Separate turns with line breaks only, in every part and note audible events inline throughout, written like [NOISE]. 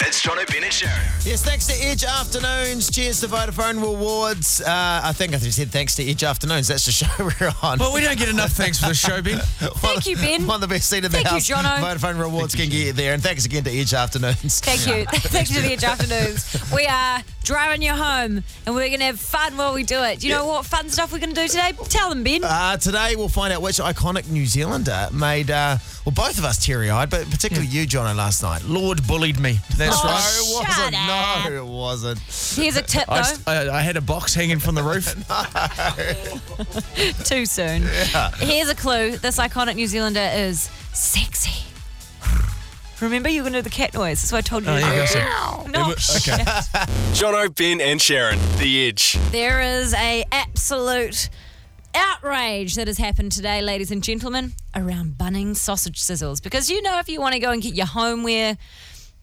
It's John O'Bennett Show.
Yes, thanks to Edge Afternoons. Cheers to Vodafone Rewards. Uh, I think I said thanks to Edge Afternoons. That's the show [LAUGHS] we're on.
Well, we don't get enough thanks for the show, Ben.
One-
you, Ben.
One of the best seat in the
Thank you,
house.
Jono.
Vodafone Rewards can get you there. And thanks again to Edge Afternoons.
Thank you. Thanks for the edge afternoons. We are driving you home and we're going to have fun while we do it. Do you know what fun stuff we're going to do today? Tell them, Ben.
Uh, today we'll find out which iconic New Zealander made uh, well both of us teary eyed, but particularly you, Jono, last night.
Lord bullied me. That's
Hmm. Oh,
no,
right.
it
shut
wasn't.
up.
No, it wasn't.
Here's a tip,
I,
though.
s- I- I had a box hanging from the
[LAUGHS]
roof.
Too soon. Here's a clue. This iconic New Zealander is sexy. Remember, you were going to do the cat noise. That's why I told you.
Oh,
to
there you go,
do
sir.
it. No,
Okay.
John O'Bin and Sharon, The Edge.
There is a absolute outrage that has happened today, ladies and gentlemen, around Bunnings sausage sizzles. Because you know, if you want to go and get your homeware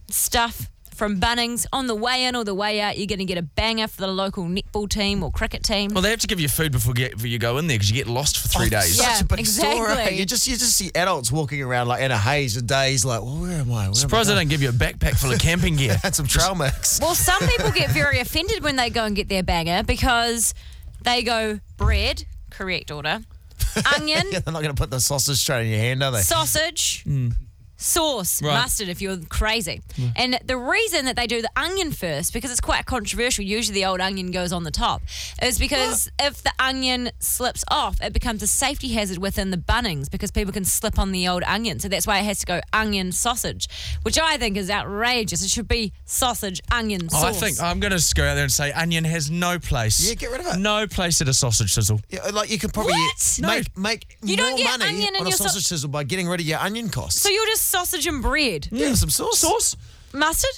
stuff from Bunnings on the way in or the way out, you're going to get a banger for the local netball team or cricket team.
Well, they have to give you food before you, get, before you go in there because you get lost for three days.
Such
Oh, Yeah,
a big store. eh?
exactly.
You just you just see adults walking around like in a haze of days, like, well, where am I? Where
Surprised they
am I?
don't give you a backpack full of camping
[LAUGHS]
gear.
Had some trail mix. [LAUGHS]
Well, some people get very offended when they go and get their banger because they go bread, correct order, onion,
They're not going to put the sausage straight in your hand, are they?
sausage, sauce,
Mm. Right. Mm.
mustard if you're crazy. And the reason that they do the onion first, because it's quite controversial, usually the old onion goes on the top, is because if the onion slips off, it becomes a safety hazard within the bunnings because people can slip on the old onion. So that's why it has to go onion sausage, which I think is outrageous. It should be sausage, onion sauce.
Oh, I think I'm going to go out there and say onion has no place.
Yeah, get rid of it.
No place at a sausage sizzle.
Yeah, like you could probably
What?
No.
make make
You
more
don't get
money
onion in
on a
your sau-
sausage sizzle by getting rid of your onion costs.
so you're just sausage and bread.
yeah, some sauce.
Sauce?
Mustard?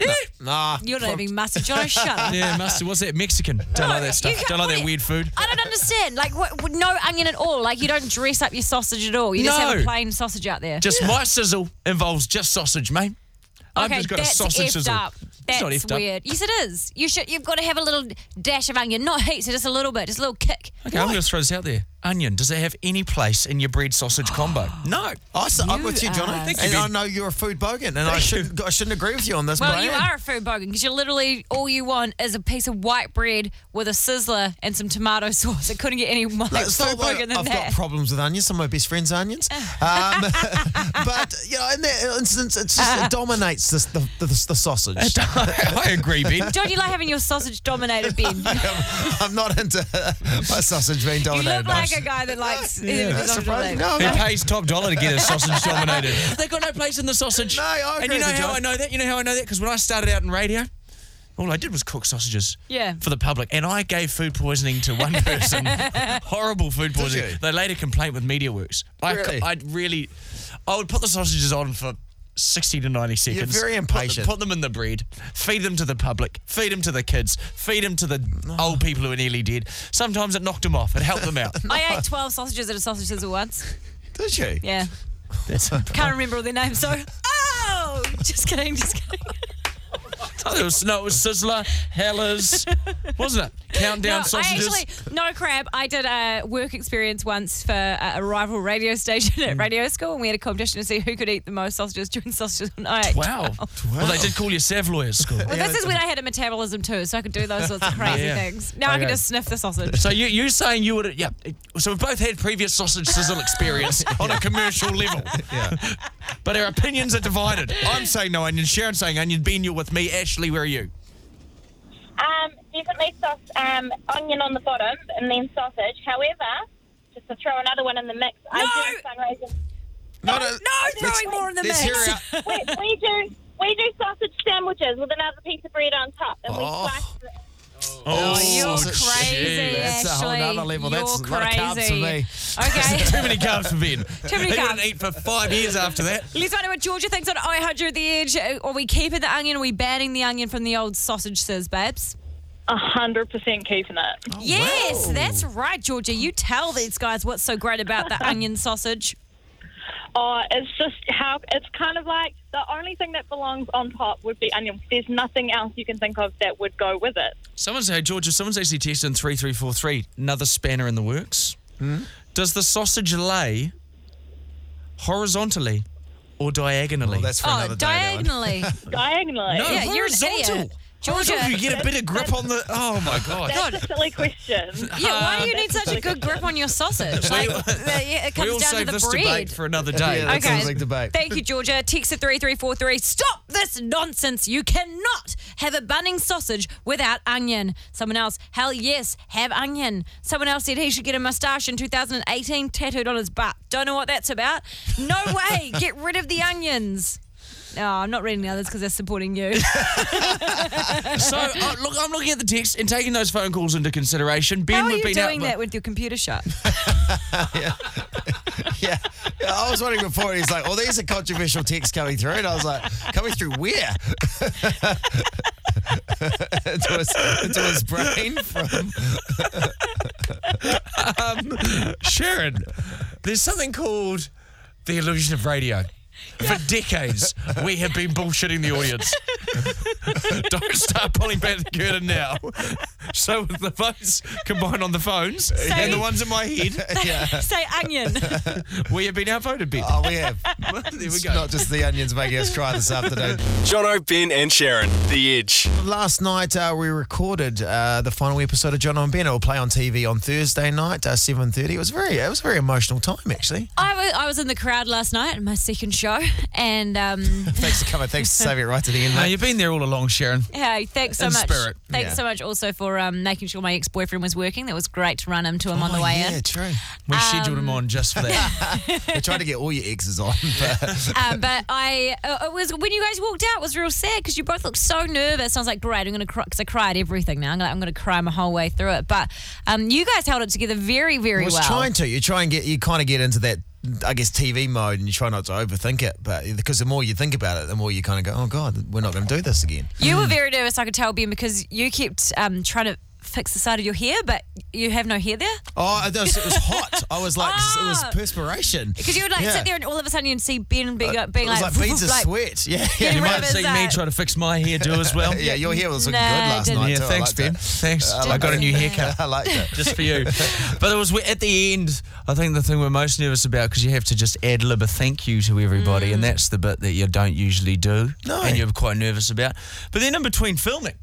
Yeah.
Nah,
You're not having mustard, John.
[LAUGHS]
Shut up.
Yeah, mustard. What's that? Mexican. Don't
No,
like that
you
stuff.
can't-
Don't like
what-
that weird food.
I don't understand. Like, what, what- no onion at all. Like, you don't dress up your sausage at all. You just have a
No.
plain sausage out there.
Just my sizzle involves just sausage, mate. I've
okay,
just got
that's
a sausage
effed
sizzle.
up.
It's
That's
not effed up.
weird. Yes, it is. You should. You've got to have a little dash of onion, not heaps, so just a little bit, just a little kick.
Okay, I'm going to throw this out there. Onion, does it have any place in your bread sausage combo? [GASPS] Oh, No.
I, so, I'm
You
with you, Johnny.
are- Thank
you,
and I
Ben.
know you're a food bogan, and I shouldn't I shouldn't agree with you on this.
Well,
but I
you
am.
are a food bogan because you're literally all you want is a piece of white bread with a sizzler and some tomato [LAUGHS] sauce. It couldn't get any more
Like,
like,
it's not
food
like
bogan than
I've
that.
got problems with onions. Some of my best friends are
[LAUGHS]
onions, um, [LAUGHS] but you know, in that instance, it's just,
Uh-huh.
it dominates this, the, the, the [LAUGHS] sausage.
[LAUGHS] I agree, [LAUGHS] Ben.
Don't you like having your sausage
[LAUGHS]
dominated, Ben?
I'm not into [LAUGHS] my sausage being
you
dominated.
look like a guy that likes. having his
That's
sausage
surprising.
dominated.
No,
Who
no.
pays top dollar to get a sausage dominated? They've got no place in the sausage.
No, I
And
agree
you know
with you,
how
John. [LAUGHS]
I know that? You know how I know that? Because when I started out in radio, all I did was cook sausages
Yeah.
for the public. And I gave food poisoning
[LAUGHS]
to one person. Horrible food
you?
poisoning. They later complained with MediaWorks. I,
Really?
I'd really, I would put the sausages on for 60 to 90 seconds.
very
Put the-
impatient.
Put, them in the bread, feed them to the public, feed them to the kids, feed them to the old people who are nearly dead. Sometimes it knocked them off. It helped
[LAUGHS]
them out.
I ate 12 sausages at a sausage sizzle once.
Did you? [LAUGHS]
Yeah. Can't remember all their names, so. Oh! Just kidding, just kidding.
It was, no, it was Sizzler,
[LAUGHS]
Hellers, wasn't it? Countdown
No,
sausages.
I actually, no crap. I did a work experience once for a, a rival radio station
Hmm.
at radio school, and we had a competition to see who could eat the most sausages during sausages all [LAUGHS] night.
[LAUGHS] wow. Well, they did call you Savloy at [LAUGHS] school.
Well, this is when I had a metabolism too, so I could do those sorts of crazy
Yeah.
things. Now I can
Okay.
just sniff the sausage.
So you you saying you would yeah? So we've both had previous sausage sizzle [LAUGHS] experience on a commercial level. Yeah. But our opinions are divided. I'm saying no onion. Sharon's saying onion. Ben, you're with me. Ashley, where are you?
Um, definitely sauce, um, onion on the bottom and then sausage. However, just to throw another one in the mix, I do a fundraiser.
No, no,
No, throwing more in the
Let's
mix.
hear
[LAUGHS]
out.
we, we do we do sausage sandwiches with another piece of bread on top, and
Oh.
we slice it.
Oh,
You're crazy,
gee.
that's a whole
Ashley.
nother level.
You're
That's a
crazy.
lot of carbs for me. [LAUGHS]
Okay.
Too many carbs for Ben.
Too many
he
carbs.
didn't eat for five years after that.
Let's find out what Georgia thinks on 100 The Edge. Uh, Are we keeping the onion? Are we banning the onion from the old sausage siz, babes?
A hundred percent keeping it.
Oh,
Oh. yes, that's right, Georgia. You tell these guys what's so great about
[LAUGHS]
the onion sausage.
Oh, it's just how it's kind of like the only thing that belongs on top would be onion. There's nothing else you can think of that would go with it.
Someone's hey Georgia. Someone's actually texted in three three four three. Another spanner in the Hmm? works. Does the sausage lay horizontally or diagonally?
Well, that's for
Oh,
another day. that one.
[LAUGHS]
diagonally.
diagonally.
no,
yeah, you're an
horizontal.
idiot.
Horizontal,
Georgia.
you get a bit of grip on the. Oh my god.
God.
That's a silly
[LAUGHS]
question.
Yeah, why
[LAUGHS]
do you
Uh,
need
that's
such a good grip on your sausage? Like, yeah, it
We
comes
will
down to
save
the
this
bread.
debate for another day.
Yeah, that sounds like debate.
Thank you, Georgia. Text at 3343. Stop this nonsense. You cannot have a bunning sausage without onion. Someone else, hell yes, have onion. Someone else said he should get a mustache in 2018 tattooed on his butt. Don't know what that's about.
[LAUGHS]
No way. Get rid of the onions. No, I'm not reading the others because they're supporting
[LAUGHS]
you.
So uh, look, I'm looking at the text and taking those phone calls into consideration. Ben
How are
would
you
be
doing that with your computer
[LAUGHS]
shut?
[LAUGHS] Yeah. Yeah, I was wondering before. He's like, "Well, these are controversial texts coming through," and I was like, "Coming through where?" [LAUGHS] into, his, into his brain from
Sharon, there's something called the illusion of radio. For decades, we have been bullshitting the [LAUGHS] audience. Don't start pulling back the curtain now. So with the votes combined on the phones and the ones in my head,
[LAUGHS] Say onion.
[LAUGHS]
we have been outvoted, Ben.
oh, we have.
there we
It's
go.
not just the onions making us cry this afternoon.
Jono, Ben, and Sharon, The Edge.
Last night uh, we recorded uh, the final episode of John and Ben. It will play on TV on Thursday night, uh, seven thirty. It was very, it was a very emotional time actually.
I wa- I was in the crowd last night at my second show, and um,
[LAUGHS] Thanks for coming. Thanks for saving it right to the end.
No,
Mate.
you've been there all along, Sharon.
Hey, thanks so
In
much.
spirit.
Thanks
Yeah.
so much also for um, making sure my ex boyfriend was working. That was great to run into him on the
Oh,
way
yeah, [LAUGHS]
in.
true.
We scheduled him on just for that.
We're trying to get all your exes on, but
Um, but I, uh, it was when you guys walked out, it was real sad because you both looked so nervous. I was like, great, I'm going to cry because I cried everything now. I'm going to cry my whole way through it. But um, you guys held it together very, very
I was
well.
trying to. You try and get, you kind of get into that, I guess, TV mode, and you try not to overthink it. But because the more you think about it, the more you kind of go, oh god, we're not going to do this again.
You
[CLEARS THROAT]
were very nervous, I could tell, Ben, because you kept um, trying to fix the side of your hair, but you have no hair there.
Oh, it was, it was hot. I was like, [LAUGHS] it was
Ah.
perspiration.
Because you would like
Oh, Yeah. Uh,
sit there and all of a sudden you'd see Ben being, being
It was like, beads
[LAUGHS]
of sweat. [LAUGHS] Yeah, yeah.
You
Rid
might
of
have seen
his,
me
uh,
try to fix my hairdo as well.
[LAUGHS] Yeah, your hair was looking
No,
good
I
last
didn't.
night.
Yeah,
too. I
thanks,
liked
Ben.
it.
Thanks.
I
I,
liked
got a
it.
new haircut.
I liked it. [LAUGHS]
just for you. But it was at the end. I think the thing we're most nervous about because you have to just ad lib a thank you to everybody, and that's the bit that you don't usually do,
No.
and you're quite nervous about. But then in between filming,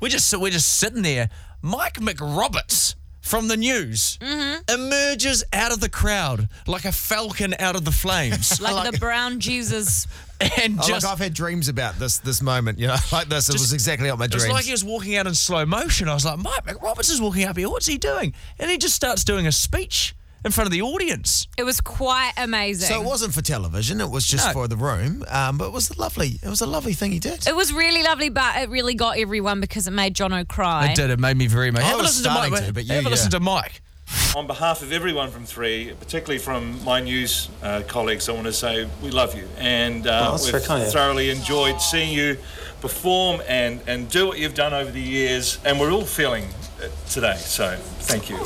we're just we're just sitting there. Mike McRoberts from the news emerges out of the crowd like a falcon out of the
[LAUGHS]
[LAUGHS]
flames,
like, the brown Jesus.
and
Oh, look,
just.
I've had dreams about this this moment. You know, [LAUGHS] like this. it was exactly like my
it was
dreams.
like he was walking out in slow motion. I was like, Mike McRoberts is walking up here. What's he doing? And he just starts doing a speech in front of the audience.
It was quite amazing.
so it wasn't for television. It was just
No.
for the room. Um, but it was lovely. It was a lovely thing he did.
It was really lovely, but it really got everyone because it made Jono cry.
It did. It made me very much.
I
Have a
was
listen to
starting
Mike.
to, but you-
have a listen
yeah.
to Mike.
On behalf of everyone from Three, particularly from my news uh, colleagues, I want to say we love you and uh,
Oh, that's very
we've
kind of you.
thoroughly enjoyed seeing you perform and, and do what you've done over the years, and we're all feeling it today. So thank you.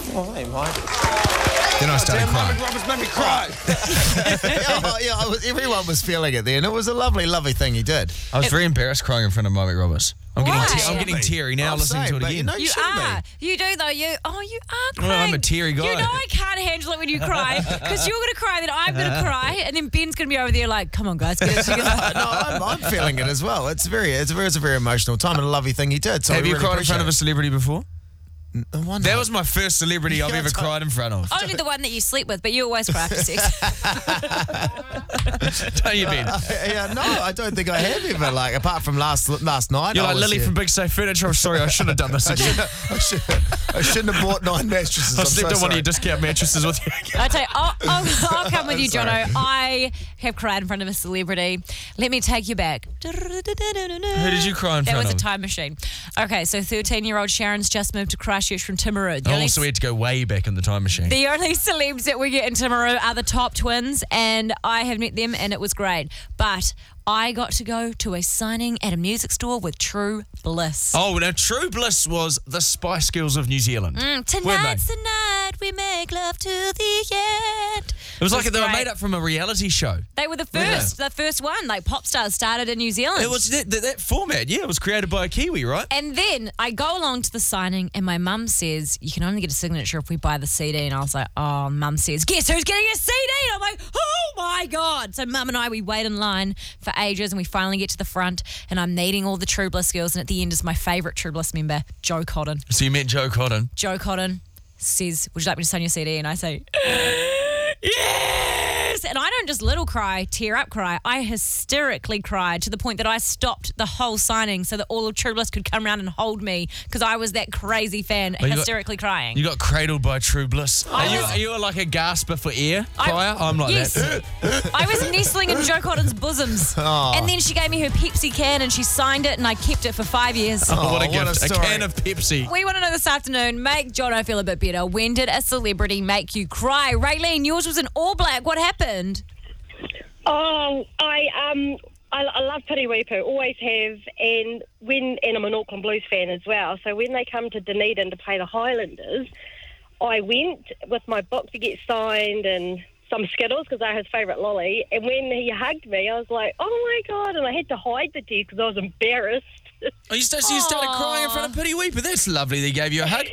Then I started crying. [LAUGHS] yeah, I- Oh, yeah I was, everyone was feeling it then. It was a lovely, lovely thing he did.
I was very embarrassed crying in front of Mike Roberts. I'm
Why?
getting, te- I'm
Shouldn't
getting
be.
teary now
I'm
listening
saying,
to it
Oh, but you
again.
know-
You
shouldn't
are. You do though. You oh, you are crying.
I'm a teary guy.
You know I can't handle it when you cry because you're gonna cry, then I'm gonna cry, and then Ben's gonna be over there like, come on guys, get it
[LAUGHS]
together.
[LAUGHS] no, I'm, I'm feeling it as well. It's very, it's, very- it's a very emotional time and a lovely thing he did. So
Have
we
you
really
cried in front of a
appreciate
celebrity before?
it. No wonder.
That was my first celebrity I've [LAUGHS]
Yeah,
ever
it's-
cried in front of.
Only the one that you sleep with, but you always cry after sex.
Don't you, Ben?
yeah, no, I don't think I have ever. Like apart from last last night,
You're
I
like
was
Lily
here.
from Big Safe Furniture. I'm sorry, I should have [LAUGHS] done this again.
I, should, [LAUGHS] I shouldn't have bought nine mattresses.
I
I'm
slept
so
on one of
sorry.
your discount mattresses with you.
I tell you, I'll, I'll, I'll come with you,
sorry.
Jono. I have cried in front of a celebrity. Let me take you back. Who did
you cry in
That
front
was a
of?
time machine. Okay, so 13-year-old Sharon's just moved to Christchurch from Timaru. The
Oh,
only
so we had to go way back in the time machine.
The only [LAUGHS] celebs that we get in Timaru are the top twins, and I have met them, and it was great. But I got to go to a signing at a music store with True Bliss.
Oh, now True Bliss was the Spice Girls of New Zealand.
Mm,
weren't they?
Tonight's the night we make love to the end.
It was like they were
great.
made up from a reality show.
They were the
Weren't they?
first, the first one. Like pop stars started in New Zealand.
It was that, that, that format, yeah. It was created by a Kiwi, right?
And then I go along to the signing, and my mum says, You can only get a signature if we buy the CD. And I was like, Oh, mum says, Guess who's getting a CD? And I'm like, Oh my God. So mum and I, we wait in line for ages, and we finally get to the front, and I'm meeting all the True Bliss girls. And at the end is my favourite True Bliss member, Joe Cotton.
So you met Joe Cotton.
Joe Cotton says, Would you like me to sign your CD? And I say, [GASPS] Yes! And I don't just little cry, tear up cry. I hysterically cried to the point that I stopped the whole signing so that all of True Bliss could come around and hold me because I was that crazy fan
you got-
hysterically crying.
You got cradled by True Bliss. Are you,
was-
are you like a gasper for air crier? I'm like
yes.
that.
[LAUGHS]
Oh.
I was nestling in Joe Cotton's
[LAUGHS]
bosoms. And then she gave me her Pepsi can and she signed it and I kept it for five years.
Oh, what a
Oh, what a
gift. A,
story.
can of Pepsi.
We want to know this afternoon, make Jono feel a bit better. When did a celebrity make you cry? Raylene, yours was an all black. What happened?
Oh, I um, I, I love Piriwipo, always have, and when and I'm an Auckland Blues fan as well. So when they come to Dunedin to play the Highlanders, I went with my book to get signed and some Skittles because I had his favourite lolly. And when he hugged me, I was like, oh my god! And I had to hide the tears because I was
[LAUGHS]
embarrassed.
Oh, you, st- so you started crying in front of Pity Weeper. That's lovely. They gave you a [LAUGHS] hug.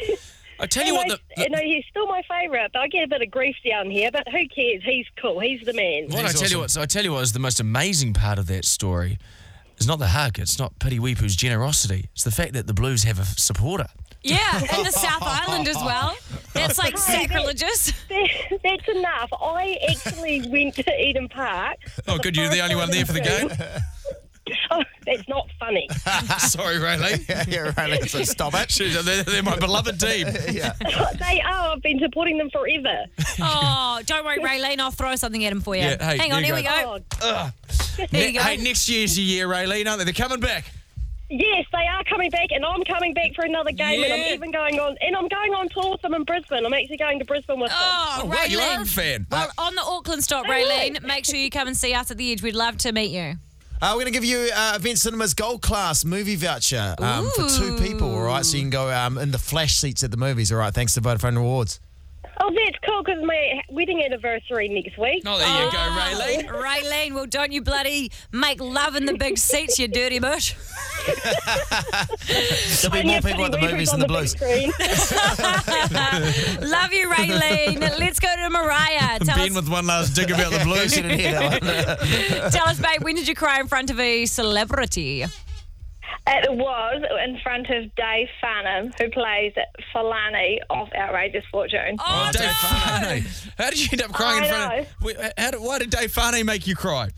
I tell you
And,
what,
I,
the, the-
and I- he's still my favourite, but I get a bit of grief down here. But who cares? He's cool. He's the man.
what I
He's
tell
awesome.
you what, so I tell you what is the most amazing part of that story is not the hug. It's not Pity Weeper's generosity. It's the fact that the Blues have a f- supporter.
Yeah, and the South Island as well. That's like sacrilegious.
[LAUGHS] That's enough. I actually went to Eden Park.
Oh, good, you're the only one there for the game.
Oh, [LAUGHS] that's not funny.
[LAUGHS] Sorry, Rayleigh.
[LAUGHS] yeah, right. Let's just stop
[LAUGHS]
it.
They're, they're my beloved team.
[LAUGHS] Yeah.
they are. I've been supporting them forever.
Oh, don't worry, Raylene. I'll throw something at him for you.
Yeah, hey,
Hang on,
there
here
you
we go.
Oh,
There you go.
Hey, next year's the year, Raylene, aren't they? They're coming back.
Oh, yes, they are coming back, and I'm coming back for another game, and
Yeah.
I'm even going on, and I'm going on tour with them in Brisbane. I'm actually going to Brisbane with them.
Oh,
Oh,
Raylene.
wow, you are a fan. Uh,
Well, on the Auckland stop, Raylene, make sure you come and see us at the Edge. We'd love to meet you.
Uh, we're going to give you uh, Event Cinema's Gold Class movie voucher um, for two people, all right? So you can go um, in the flash seats at the movies, all right? Thanks to Vodafone Rewards.
Oh, that's cool because my wedding anniversary next week.
Oh, there you go, Raylene.
Raylene, well, don't you bloody make love in the big seats, you dirty mush.
There'll be more people at the movies than the blues. [LAUGHS]
Love you, Raylene. Let's go to Mariah. Tell
Ben
us,
with one last dig
[LAUGHS]
about the Blues.
Didn't hear that one.
tell us, babe, when did you cry in front of a celebrity?
Oh,
It was in front of Dave Farnham, who plays Falani of Outrageous Fortune.
Oh, Dave Farney. How did you end up crying
I
in front of... Wait, uh, How did, why did Dave Farney make you cry?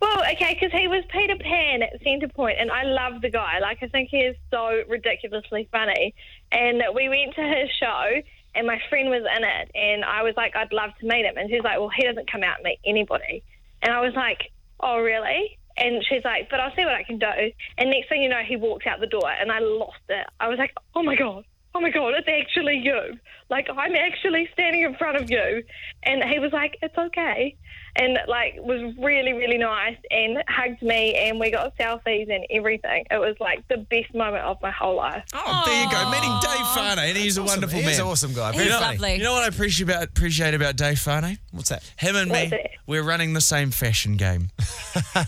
Well, okay, because he was Peter Pan at Centrepoint, and I love the guy. Like, I think he is so ridiculously funny. And we went to his show, and my friend was in it, and I was like, I'd love to meet him. And she's like, Well, he doesn't come out and meet anybody. And I was like, Oh, really? And she's like, But I'll see what I can do. And next thing you know, he walks out the door, and I lost it. I was like, Oh my God. Oh my God, it's actually you. Like, I'm actually standing in front of you. And he was like, It's okay and like was really really nice and hugged me and we got selfies and everything it was like the best moment of my whole life
Oh, there you go. Meeting Dave Farney, and he's a [LAUGHS] wonderful
He's
man.
an awesome guy.
He's
Very funny.
lovely.
You know what I appreciate about, appreciate about Dave Farney?
What's that?
Him and me,
What's it?
we're running the same
[LAUGHS]
fashion game.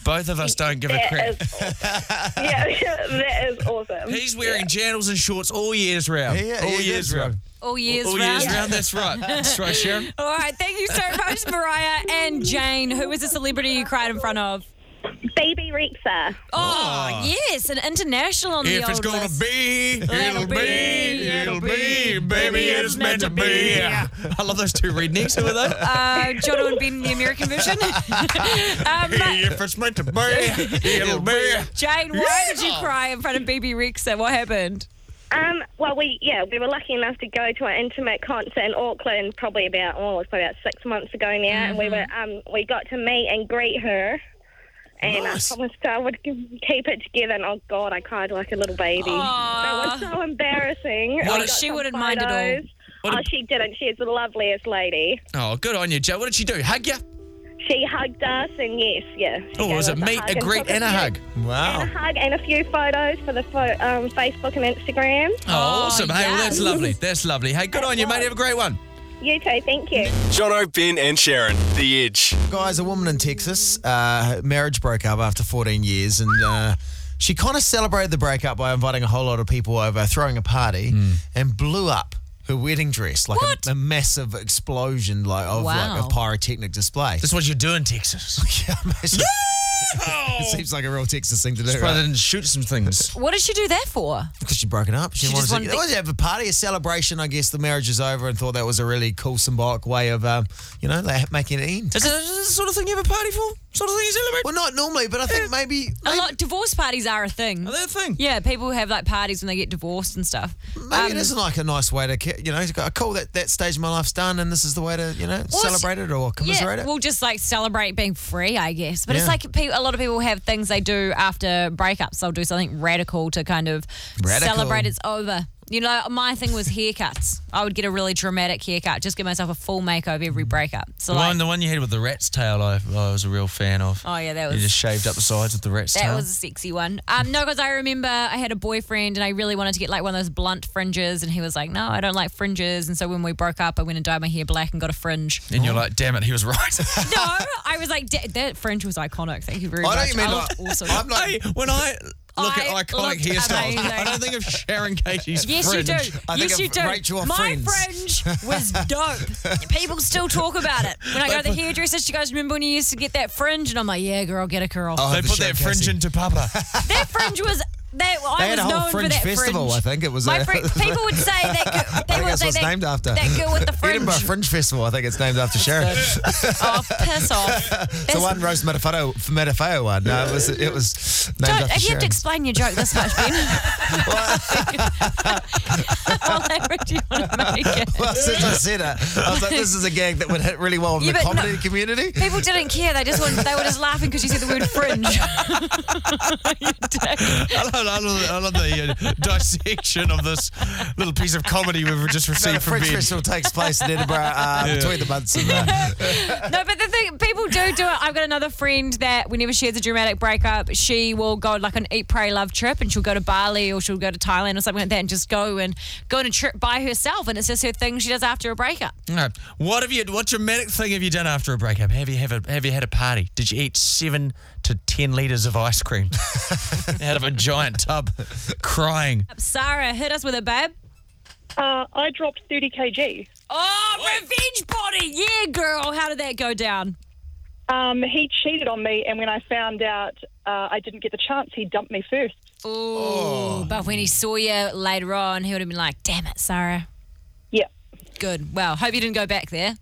Both of us don't give a
that
crap.
is awesome. yeah [LAUGHS] that is awesome
He's wearing jandals and shorts all years round.
He- he
all
is
years
round.
round.
All years
all
round.
years round. That's right. That's right, Sharon. [LAUGHS]
All right, thank you so much, Mariah and Jane. Who was the celebrity you cried in front of?
Baby Rexa.
Oh, yes, an international on the
If
old
it's gonna
list.
be, it'll be, it'll be, baby, it's meant to be. [LAUGHS] I love those two rednecks. Who are they?
Uh, Jono and Ben, the American
[LAUGHS]
version. um,
if it's [LAUGHS] meant to be, it'll be.
Jane, why did you cry in front of BB Rexa? What happened?
Um, well, we yeah we were lucky enough to go to an intimate concert in Auckland probably about oh it was probably about six months ago now, and we were
Mm-hmm.
um we got to meet and greet her. And I promised I would g- keep it together. And oh God, I cried like a little baby. That was so embarrassing. I
What-
got
she
some
wouldn't mind at all.
photos.
What a-
Oh, she didn't. She is the loveliest lady.
Oh, good on you, Joe. What did she do? Hug you?
She hugged us, and yes, yeah. she
Oh,
gave
was
us
it meet,
hug
a greet,
took
and a hug?
Wow.
And a hug and a few photos for the pho- um, Facebook and Instagram.
Oh, awesome. Hey, well, that's
yes.
lovely. That's lovely. Hey, good on you, mate. Have a great one.
You too, thank you.
Jono, Ben, and Sharon, The Edge.
Guys, a woman in Texas, uh, her marriage broke up after 14 years, and uh, she kind of celebrated the breakup by inviting a whole lot of people over, throwing a party, and blew up her wedding dress like
What?
a, a massive explosion like of like
Wow.
a pyrotechnic display.
That's what you do in [LAUGHS] Texas.
[LAUGHS]
Oh.
Yeah, imagine- it seems like a real Texas thing to do.
Rather
Right?
than shoot some things.
What did she do that for?
Because she'd broken up, she,
She
wanted,
just wanted
to,
to-
wanted to have a party, a celebration. I guess the marriage is over, and thought that was a really cool symbolic way of, um, you know, like, making it end.
Is it is it the sort of thing you have a party for? Sort of thing you celebrate?
Well, not normally, but
[LAUGHS]
I think maybe
A lot, divorce parties are a thing.
Are they a thing?
Yeah, people have like parties when they get divorced and stuff.
Maybe
Um,
it isn't like a nice way to, ca- you know, to go, cool, that, that stage of my life's done and this is the way to, you know,
it's-
celebrate it or commiserate
Yeah,
it.
we'll just like celebrate being free, I guess. But it's
Yeah.
like pe- a lot of people have things they do after breakups. They'll do something radical to kind of
Radical.
celebrate it's over. You know, my thing was haircuts. I would get a really dramatic haircut, just give myself a full makeover every breakup. So
The
like,
one, the one you had with the rat's tail, I, I was a real fan of.
oh yeah, that
You
was
just shaved up the sides with the rat's
That
tail.
was a sexy one. Um, no, because I remember I had a boyfriend and I really wanted to get like one of those blunt fringes, and he was like, "No, I don't like fringes." And so when we broke up, I went and dyed my hair black and got a fringe.
and you're like, damn it, he was right.
Oh. [LAUGHS] no, I was like, "Da- "That fringe was iconic. Thank you very
I
much."
know what you mean,
looked
like,
awesome.
I'm not-
Hey, when [LAUGHS] I look
I
at iconic
looked
hairstyles, [LAUGHS]
amazing.
I don't think of Sharon Katie's
Yes,
fringe.
you do.
I think
yes,
of
you do.
Rachel on
My
Friends.
fringe
[LAUGHS]
was dope. People still talk about it. When I go to the hairdresser, she goes, "Remember when you used to get that fringe?" And I'm like, "Yeah, girl, get a curl."
Oh,
They
the
put
show,
that fringe
Cassie.
into Papa. [LAUGHS]
That fringe was that. I
They
was
had a whole
known
fringe
for that
festival,
fringe.
I think it was,
My
uh,
fri- people would say
[LAUGHS]
that. They
I think
would
that's
say
what it's
that-
named after.
That girl with the fringe.
[LAUGHS] Edinburgh Fringe Festival, I think it's named after
[LAUGHS]
Sharon.
oh, piss
[LAUGHS]
off. That's,
the one Rose Matafeo, Matafeo one. No, it was, it was named
don't,
after
if you have
Sharon.
to explain your joke this much, [LAUGHS]
[LAUGHS]
Ben. However you want to make it.
well, since I said it, I was like, this is a gag that would hit really well in
Yeah,
the
but no-
comedy community. [LAUGHS]
People didn't care. They just wanted, they were just laughing because you said the word fringe. You dick.
I love, I love, I love the
[LAUGHS]
uh, dissection of this little piece of comedy we've just
So the
received from
Fringe
Ben.
Festival takes place in Edinburgh uh, between the months of uh,
[LAUGHS]
[LAUGHS]
No, but the thing, people do do it. I've got another friend that whenever she has a dramatic breakup, she will go on like an eat, pray, love trip, and she'll go to Bali or she'll go to Thailand or something like that, and just go and go on a trip by herself, and it's just her thing she does after a breakup.
All right. What have you? What dramatic thing have you done after a breakup? Have you have a, have you had a party? Did you eat seven to ten liters of ice cream [LAUGHS] out of a giant tub, crying?
Sarah, hit us with it, babe.
Uh, I dropped 30 kg.
Oh, revenge body, yeah, girl. How did that go down?
Um, he cheated on me, and when I found out uh, I didn't get the chance, he dumped me first.
Ooh, but when he saw you later on, he would have been like, "Damn it, Sarah."
Yeah.
Good. Well, hope you didn't go back there.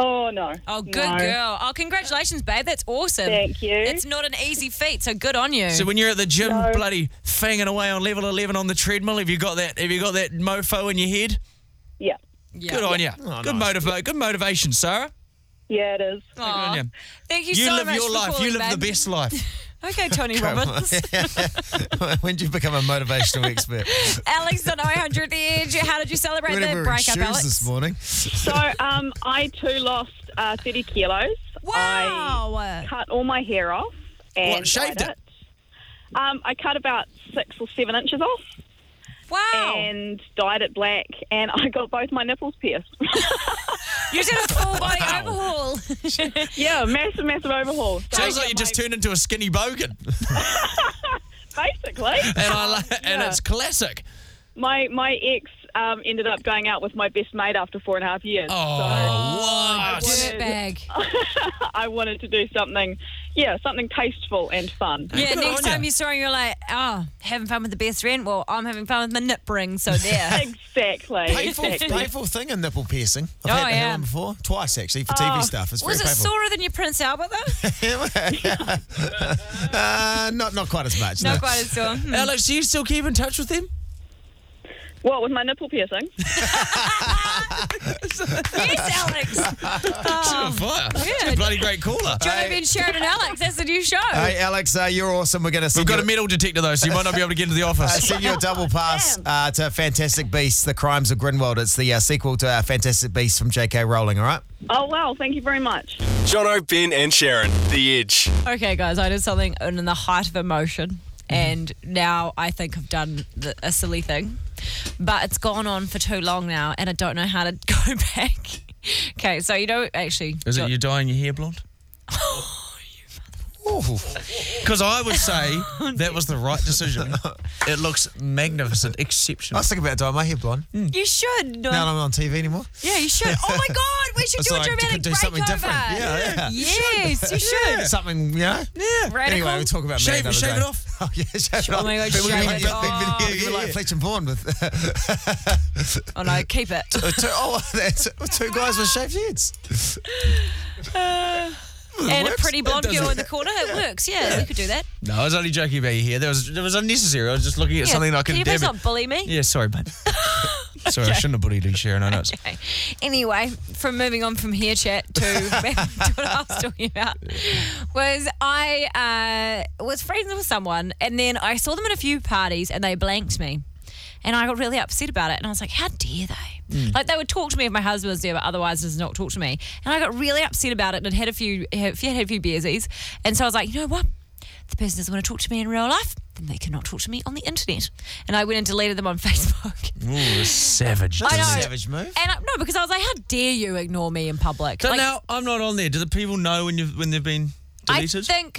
Oh, no.
Oh, good
No.
girl. Oh, congratulations, babe. That's awesome.
Thank you.
It's not an easy feat, so good on you.
So when you're at the gym, bloody fanging away on level eleven on the treadmill, have you got that? Have you got that mofo in your head?
Yeah.
Yeah. Oh,
Good on you. good motiva- Good motivation, Sarah.
Yeah, it is.
Aw.
on you.
Thank you,
You
so
live
much
your
for
life.
calling,
You live the
babe.
best
[LAUGHS]
life.
Okay, Tony
[LAUGHS]
Robbins.
when did you become a motivational expert?
[LAUGHS] Alex on 0800 The Edge. How did you celebrate
Whenever
the
we were in
breakup,
shoes
Alex?
this morning.
So um, I too lost uh, 30 kilos.
Wow.
I cut all my hair off. And
What, shaved
dyed
it?
Um, I cut about six or seven inches off
wow.
and dyed it black. And I got both my nipples pierced. [LAUGHS]
you did a full body overhaul.
yeah, massive, massive overhaul. So,
Sounds like
yeah,
you just
my-
turned into a skinny bogan,
Basically,
[LAUGHS] and I like,
[LAUGHS]
and
Yeah.
it's classic.
my my ex um, ended up going out with my best mate after four and a half years.
Oh, what?
Dirtbag.
[LAUGHS]
So I wanted to do something, yeah, something tasteful and
[LAUGHS]
fun.
Yeah,
Good
next
on ya.
time you saw him, you're like, oh, having fun with the best friend? Well, I'm having fun with my nip ring,
[LAUGHS]
so there.
Exactly.
Painful,
exactly.
painful thing a nipple piercing. I've
Oh,
had to hear
yeah.
one before, twice actually for TV
Oh.
stuff. It's very
Was it
painful.
sorer than your Prince Albert,
[LAUGHS]
though?
[LAUGHS] uh, not not quite as much.
Not quite as sore. Hmm.
Alex, do you still keep in touch with them?
What, with my nipple
[LAUGHS]
piercing?
Yes, Alex.
Should
Oh,
fire.
good.
Bloody great caller.
Job and Sharon and Alex. That's the new show.
Hey, Alex, uh, you're awesome. We're going to
We've
send,
got
you,
a metal detector though, so you might not be able to get into the
uh,
office.
send you a
[LAUGHS]
double pass uh, to Fantastic Beasts, The Crimes of Grinwald. It's the uh, sequel to uh, Fantastic Beasts from J.K. Rowling, all right?
Oh, wow. Thank you very much.
Jono, Ben, and Sharon, The Edge.
Okay, guys, I did something in the height of emotion, and now I think I've done the, a silly thing, but it's gone on for too long now, and I don't know how to [LAUGHS] go back. okay, so you know, actually,
Is it you dyeing your hair blonde? Because I
[LAUGHS]
would say that was the right decision. It looks magnificent,
[LAUGHS] I
exceptional.
was thinking about dyeing my hair blonde.
you should.
Now that I'm on TV anymore.
Yeah, you
[LAUGHS]
should. [LAUGHS] Oh my God, we should
It's
do a
like,
dramatic
do
breakover.
something different. Yeah, yeah. You
Yes, you
[LAUGHS]
should.
Something, you know?
Yeah.
Radical.
Anyway, we'll talk about
Shave-
me another
shave
day.
it off.
[LAUGHS] Oh, yeah, shave it
Oh
off.
my
[LAUGHS]
God, Oh,
People
shave
would
it
be-
off.
Yeah, you're like Fletch and Vaughan with [LAUGHS]
oh no, keep it.
Uh, two, oh, [LAUGHS] that's two guys with shaved heads.
and
works.
a pretty
It
blonde
does
girl
work.
in the corner. It works. Yeah, we could do that.
No, I was only joking about your hair. That was that was unnecessary. I was just looking at
Yeah.
something I
can
couldn't
you please not bully me?
Yeah,
[LAUGHS]
sorry, mate. sorry, I shouldn't have bullied you, Sharon. I know. It's,
Okay. Anyway, from moving on from here chat to, [LAUGHS] to what I was talking about was I uh, was friends with someone and then I saw them at a few parties and they blanked me. And I got really upset about it. And I was like, how dare they? Like, they would talk to me if my husband was there, but otherwise, does not talk to me. And I got really upset about it and had had a few, had had a few beersies. And so I was like, you know what? If the person doesn't want to talk to me in real life, then they cannot talk to me on the internet. And I went and deleted them on [LAUGHS] Facebook.
ooh, savage.
I know.
Savage move.
And I, no, because I was like, how dare you ignore me in public?
So
like,
now I'm not on there. Do the people know when you when they've been
I
deleted?
think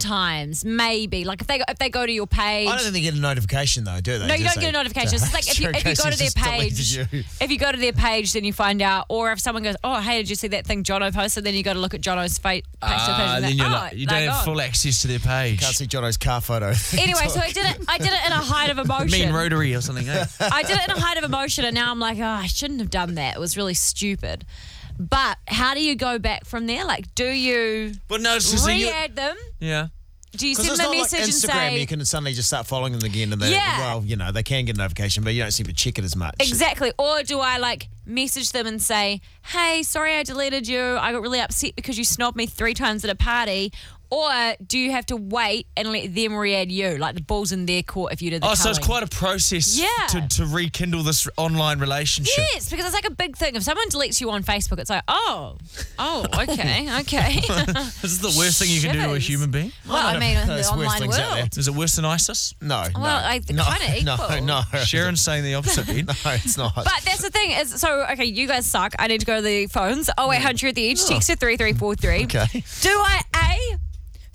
sometimes, maybe, like if they go, if they go to your page.
I don't think they get a notification though, do they?
no, you don't get a notification. It's just like if you, if you go to their page, if you go to their page, then you find out. Or if someone goes, "Oh, hey, did you see that thing Jono posted?" Then you got to look at Jono's fa- Facebook
Ah,
page.
then
and
you're
oh,
like, you don't
like,
have
oh.
full access to their
[LAUGHS]
page.
Can't see Jono's car photo. [LAUGHS]
Anyway, so I did it. I did it in a height of emotion.
mean rotary or something.
[LAUGHS]
Eh?
I did it in a height of emotion, and now I'm like, oh, I shouldn't have done that. It was really stupid. But how do you go back from there? Like, do you
but no, it's just that you-
re-add them?
yeah.
Do you
Because
send
it's
them
not
a
like
message and
Instagram,
say
you can suddenly just start following them again, and they
Yeah.
well, you know, they can get a notification, but you don't seem to check it as much.
exactly, or do I like message them and say, "Hey, sorry, I deleted you. I got really upset because you snobbed me three times at a party." Or do you have to wait and let them re-add you? Like the ball's in their court if you did the
Oh, so it's
culling.
quite a process
Yeah.
to, to rekindle this online relationship.
Yes, because it's like a big thing. If someone deletes you on Facebook, it's like, oh, oh, okay, okay.
[LAUGHS]
This is the worst thing you can do to a
Shivers.
human being.
well, I
don't
mean,
know
in the
if there's worse
online
things out
world.
Is it worse than ISIS?
No. no,
Well, I-
[LAUGHS] no,
kinda
No,
equal.
no. [LAUGHS]
Sharon's saying the opposite, [LAUGHS] Ben.
No, it's not.
But that's the thing is, so okay, you guys suck. I need to go to the phones. Oh wait, hundred at the edge, text to three three four three.
Okay.
Do I a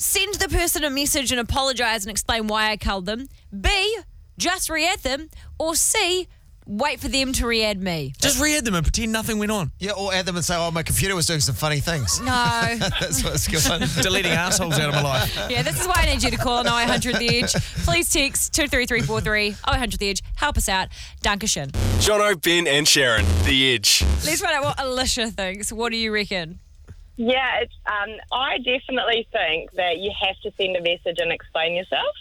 send the person a message and apologise and explain why I culled them? B just re-add them, or C wait for them to re-add me?
Just re-add them and pretend nothing went on.
yeah, or add them and say, "Oh, my computer was doing some funny things."
No.
That's what's
[LAUGHS]
going. on.
Deleting assholes out of my life.
[LAUGHS]
Yeah, this is why I need you to call 900 The Edge. Please text 23343 900 Oh, The Edge. Help us out. Dankeschön.
Jono, Ben, and Sharon, The Edge.
Let's find out what Alicia thinks. What do you reckon?
Yeah, it's, um, I definitely think that you have to send a message and explain yourself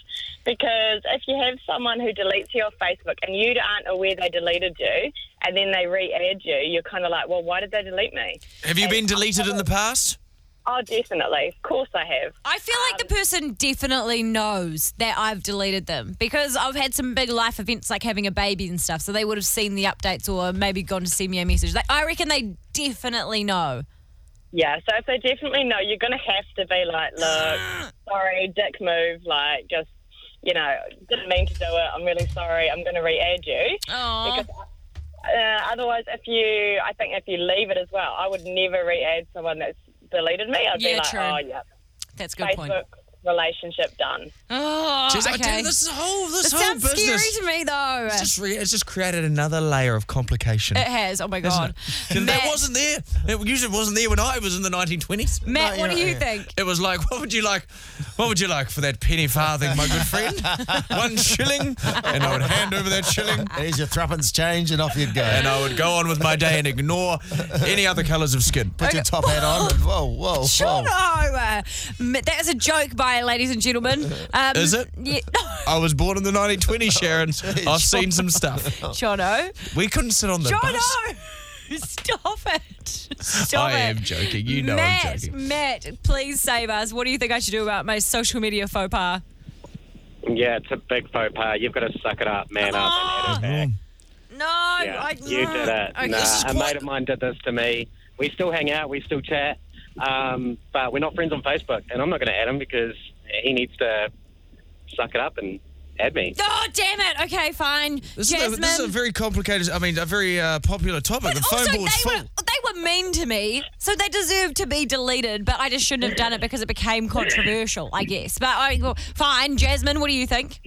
because if you have someone who deletes you off Facebook and you aren't aware they deleted you and then they re add you, you're kind of like, well, why did they delete me?
Have you been deleted in the past?
Oh, definitely. Of course I have.
I feel like the person definitely knows that I've deleted them because I've had some big life events like having a baby and stuff. So they would have seen the updates or maybe gone to send me a message. Like, I reckon they definitely know.
Yeah, so if they definitely know, you're going to have to be like, look, sorry, dick move, like, just, you know, didn't mean to do it. I'm really sorry. I'm going to re add you.
Oh,
Because, uh, otherwise, if you, I think if you leave it as well, I would never re-add someone that's deleted me. I'd
Yeah,
be like,
true.
oh yeah,
that's a good
Facebook
point.
relationship done.
Oh,
Jeez, I
okay.
did- this is whole this
It
whole
sounds
business.
scary to me, though.
It's just re- it's just created another layer of complication.
it has. Oh, my God.
That
Matt-
wasn't [LAUGHS] there. It usually wasn't there when I was in the 1920s.
Matt,
No,
what
you're
do you
right.
think?
It was like, what would you like? What would you like for that penny farthing, my good friend? One shilling, and I would hand over that shilling,
Here's your threepence change, and off you'd go.
and uh, I would go on with my day and ignore any other colours of skin.
Put your top hat on. And, whoa, whoa,
Sure,
whoa.
no. Uh, m- oh, That is a joke by fire, ladies and
[LAUGHS]
gentlemen. Um,
Is it?
Yeah, [LAUGHS]
I was born in the 1920s, Sharon. I've seen some stuff.
Jono.
We couldn't sit on the bus.
Jono! [LAUGHS] Stop it. Stop
I
it.
am joking. You know I'm
Matt,
joking.
Matt, please save us. What do you think I should do about my social media faux pas?
Yeah, it's a big faux pas. You've got to suck it up, man up, and head it back.
Ah!
Mm.
No,
Yeah,
Oh, I
you did it.
Okay.
Nah, a mate of mine did this to me. We still hang out, we still chat, um, but we're not friends on Facebook, and I'm not going to add him because he needs to suck it up and add me.
Oh, damn it. Okay, fine.
This is,
Jasmine.
a, this is a very complicated, I mean, a very uh, popular topic.
but
the
also,
phone board's
they
full.
were, they were mean to me, so they deserve to be deleted, but I just shouldn't have done it because it became controversial, I guess. But I, well, fine. Jasmine, what do you think?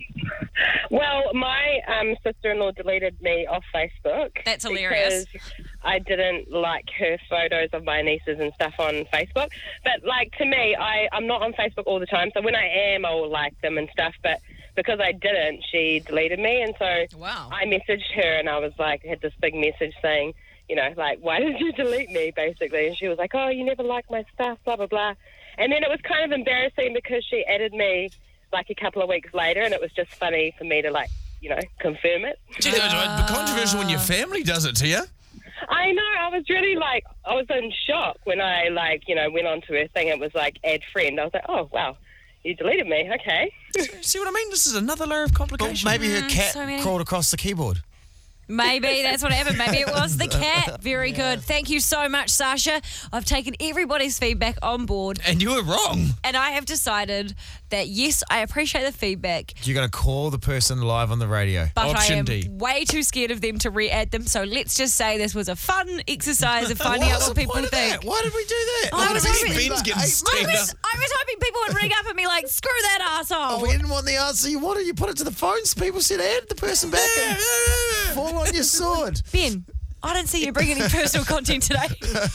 Well, my um, sister-in-law deleted me off Facebook.
That's hilarious.
Because I didn't like her photos of my nieces and stuff on Facebook. But like to me, I I'm not on Facebook all the time, so when I am, I will like them and stuff. But because I didn't, she deleted me, and so
Wow.
I messaged her, and I was like, had this big message saying. You know, like, why did you [LAUGHS] delete me, basically? And she was like, oh, you never liked my stuff, blah, blah, blah. And then it was kind of embarrassing because she added me like a couple of weeks later, and it was just funny for me to like, you know, confirm it.
Gee, that was, uh, controversial when your
Ah.
family does it to you.
I know. I was really like, I was in shock when I like, you know, went onto her thing. It was like add friend. I was like, oh wow, you deleted me. Okay.
See what I mean? This is another layer of
Well,
complication.
maybe her cat
Mm, so many.
crawled across the keyboard.
Maybe that's what happened. Maybe it was
[LAUGHS]
the cat. Very good. Thank you so much, Sasha. I've taken everybody's feedback on board,
and you were wrong.
and I have decided that yes, I appreciate the feedback,
You're going to call the person live on the radio.
but
Option
I am
D.
way too scared of them to re-add them. So let's just say this was a fun exercise of finding
What
out
was
what
the
people
point of
think.
that? Why did we do that?
I
Why
was
did we
hoping-
spend
Ben's getting
eight
stabbed
months?
up.
was, I was hoping people would ring up and be like, "Screw that asshole."
Oh, We didn't want the answer you wanted. You put it to the phones. People said, add the person back and fall on your sword.
Ben, I didn't see you bring
[LAUGHS]
any personal content today.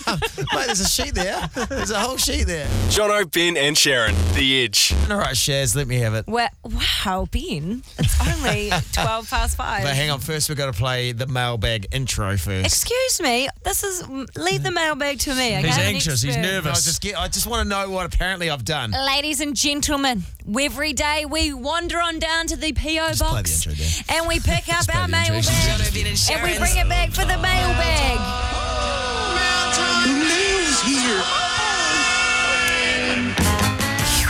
Mate, there's a sheet there. There's a whole sheet there.
Jono, Ben, and Sharon, The Edge.
All right, Shaz, let me have it.
Well, wow, Ben, it's
[LAUGHS]
only twelve past five.
But hang on, first we've got to play the mailbag intro first.
Excuse me, this is leave the mailbag to me. Okay?
He's
I'm an
anxious. He's
expert.
I
nervous.
just get. I just want to know what apparently I've done.
Ladies and gentlemen, every day we wander on down to the PO
play the
box
intro there.
and we
[LAUGHS]
pick up our
play the intro.
mailbag and we bring it back for the mailbag.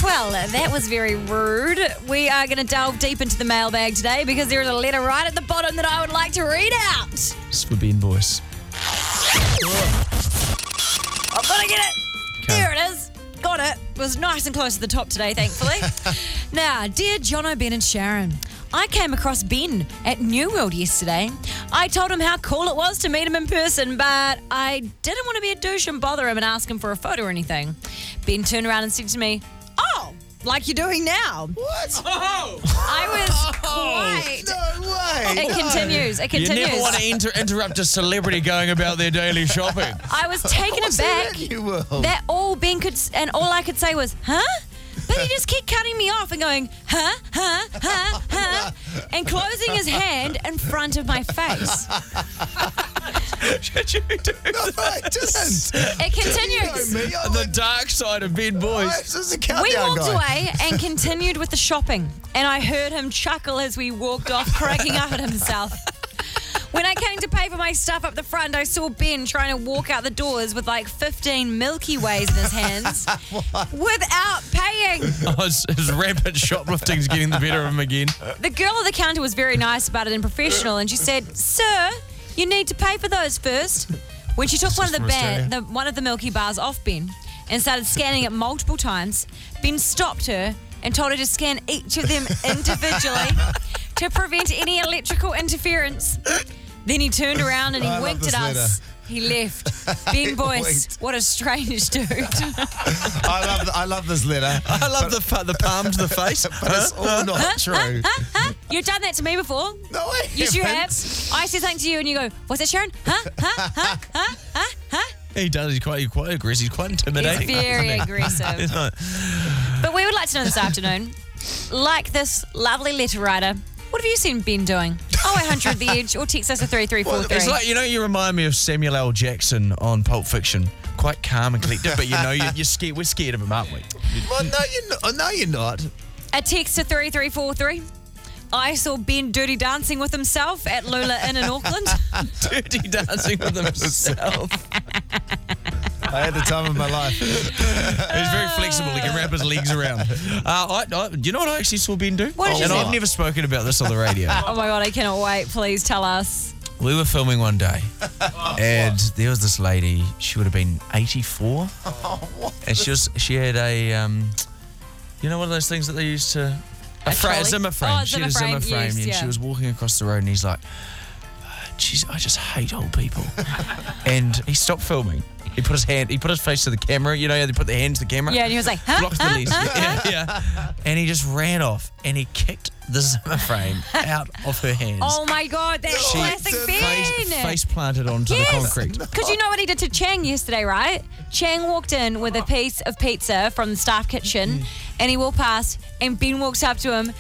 Well, that was very rude. We are going to delve deep into the mailbag today because there is a letter right at the bottom that I would like to read out.
This for Ben voice.
I've got to get it. There it is. Got it. Was nice and close to the top today, thankfully. now, dear John O'Ben and Sharon, I came across Ben at New World yesterday. I told him how cool it was to meet him in person, but I didn't want to be a douche and bother him and ask him for a photo or anything. Ben turned around and said to me, Oh, like you're doing now.
What?
I was quite.
No way.
It continues. It
You
continues.
never want to inter- interrupt a celebrity going about their daily [LAUGHS] shopping.
I was taken
What's that
aback.
you will. [LAUGHS]
That all Ben could, s- and all I could say was, huh? But he just kept cutting me off and going, huh, huh, huh, huh, and closing his hand in front of my face.
Should you do
No, I
[LAUGHS]
didn't.
It
You know
continues.
me. I
the
went-
dark side of Ben
I-
[LAUGHS] voice?
this is a
We
countdown
walked
guy.
away and continued with the shopping, and I heard him chuckle as we walked off, cracking up at himself. When I came to pay for my stuff up the front, I saw Ben trying to walk out the doors with like 15 Milky Ways in his
[LAUGHS]
hands without paying.
Oh, his, his rampant shoplifting's getting the better of him again.
The girl at the counter was very nice about it and professional, and she said, "Sir, you need to pay for those first. When she took one of the,
from
ba- the one of the Milky Bars off Ben and started scanning it multiple times, Ben stopped her and told her to scan each of them
[LAUGHS]
individually to prevent any electrical interference. Then he turned around and he
I love
winked
this
at us. He left.
[LAUGHS]
Ben Boyce,
winked.
what a strange
[LAUGHS]
dude.
I love. I love this letter.
I love the fa- the palm to the face.
But it's all not true.
You've done that to me before.
No, I
Yes, you have.
haven't.
I say something to you and you go, What's it, Sharon? Huh? Huh? Huh? Huh? Huh? Huh?
[LAUGHS] He does. He's quite, he's quite aggressive. He's quite
It's
intimidating.
very
[LAUGHS]
aggressive. But we would like to know this afternoon, like this lovely letter writer, what have you seen Ben doing? 0800 The Edge or text us at
It's
3343.
like you know you remind me of Samuel L. Jackson on Pulp Fiction, quite calm and collected, but you know you, you're scared. We're scared of him, aren't [LAUGHS] we?
Well, no, you're not. No, you're not.
a text to 3343. I saw Ben dirty dancing with himself at Lula Inn in
[LAUGHS]
Auckland.
Dirty dancing [LAUGHS] with himself.
I had the time of
[LAUGHS]
my life.
He's very flexible. He can wrap his legs around. Uh, I, I, do you know what I actually saw Ben do?
What did you
and
see?
I've never spoken about this on the radio.
oh my God, I cannot wait. Please tell us.
we were filming
[LAUGHS]
one day, and there was this lady. She would have been
[LAUGHS]
84,
Oh,
and she was she had a, um, you know, one of those things that they used to. A, fra-
trolley?
a Zimmer frame.
Oh, a
she had a
Zimmer
Zimmer
frame,
frame,
yes,
and
yeah.
she was walking across the road, and he's like, "Jeez, I just hate
[LAUGHS]
old people." and he stopped filming. He put his hand, he put his face to the camera. You know, how they put their hand to the camera.
Yeah, and he was like, huh?
Blocked the
huh, [LAUGHS]
leash.
huh, huh?
yeah, yeah. And he just ran off, and he kicked the Zimmer frame out of her hands
Oh my God, that's classic Ben.
face, face planted onto the concrete.
Because you know what he did to Chang yesterday, right? Chang walked in with a piece of pizza from the staff
Mm.
kitchen and he walked past and Ben walks up to him,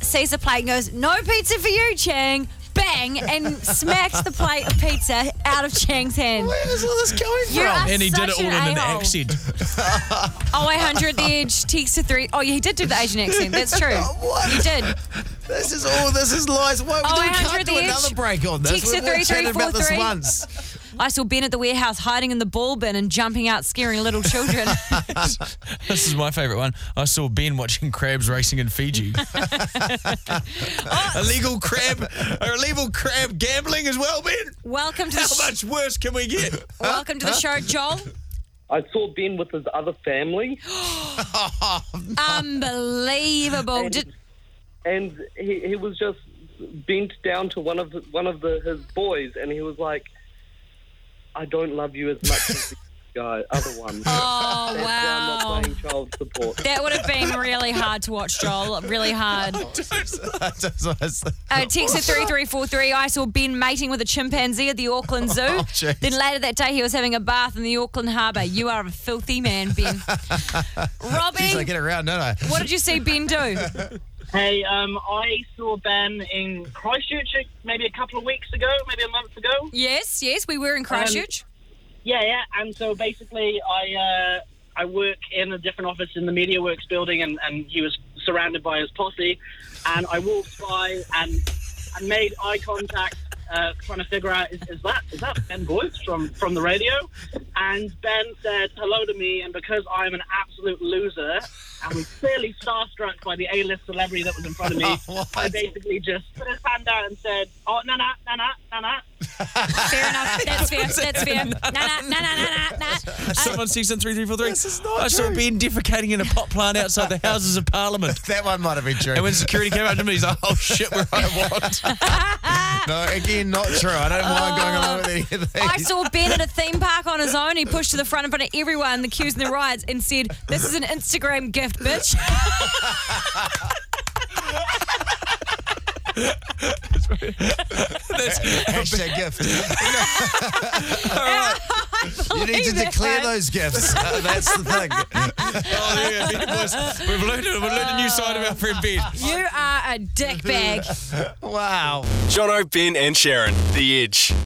sees the plate and goes, No pizza for you, Chang. Bang! And smacks the plate of pizza out of Chang's hand.
Where is all this going from?
You are
And he
such
did it all in
an
an
a-hole.
accent.
Oh, 800 the edge, text to three. Oh, yeah, he did do the Asian accent. That's true.
What?
He did.
This is all. This is lies. Why
Oh,
we
I
don't
heard
can't do
the itch.
another break on this.
Text
We've
to
all chatted about this
3343. [LAUGHS]
once. [LAUGHS]
I saw Ben at the warehouse hiding in the ball bin and jumping out, scaring little
[LAUGHS]
children.
this is my favourite one. I saw Ben watching crabs racing
[LAUGHS]
in Fiji. [LAUGHS]
Oh.
illegal crab, or illegal crab gambling as well, Ben.
Welcome to the
How
sh-
much worse can we get?
[LAUGHS] welcome to the show, Joel.
I saw Ben with his other family,
Unbelievable. Did,
and he, he was just bent down to one of one of the, his boys, and he was like, "I don't love you as much as the [LAUGHS] guy, other one.
oh
I'm
wow.
not playing child support."
That would have been really hard to watch, Joel. Really hard.
That's what I said.
Uh, text at 3343. I saw Ben mating with a chimpanzee at the Auckland Zoo.
jeez.
then later that day, he was having a bath in the Auckland Harbour. You are a filthy man, Ben.
Jeez, I
Robbie,
get around, don't I?
what did you see Ben do?
Hey, um, I saw Ben in Christchurch uh, maybe a couple of weeks ago, maybe a month ago.
Yes, yes, we were in Christchurch.
Yeah, yeah. And so basically, I uh, I work in a different office in the MediaWorks building, and, and he was surrounded by his posse, and I walked by and and made eye contact. Uh, trying to figure out is, is that is that Ben Boyce from from the radio, and Ben said hello to me, and because I'm an absolute loser and was clearly starstruck by the A-list celebrity that was in front of me, I basically just put his hand out and said, "Oh, na na na na na na."
Fair enough. That's fair. That's fair. Nah, nah, nah, nah, nah, nah, nah.
Someone sees in 3343. This is not I saw Ben defecating in a pot plant outside the Houses of Parliament.
That one might have been true.
And when security came out to me, he's like, oh shit,
[LAUGHS]
we're out of want.
no, again, not true. I don't mind going along with any of these.
Oh. I saw Ben at a theme park on his own. He pushed to the front in front of everyone, the queues and the rides, and said, This is an Instagram gift, bitch.
Hashtag gift.
[LAUGHS]
You need to
Believe it.
declare those gifts. [LAUGHS] That's the thing.
Oh, there we go, Ben Boyce. We've learned, we've learned a new side of our friend Ben.
You are a dickbag.
Wow.
Jono, Ben, and Sharon. The Edge.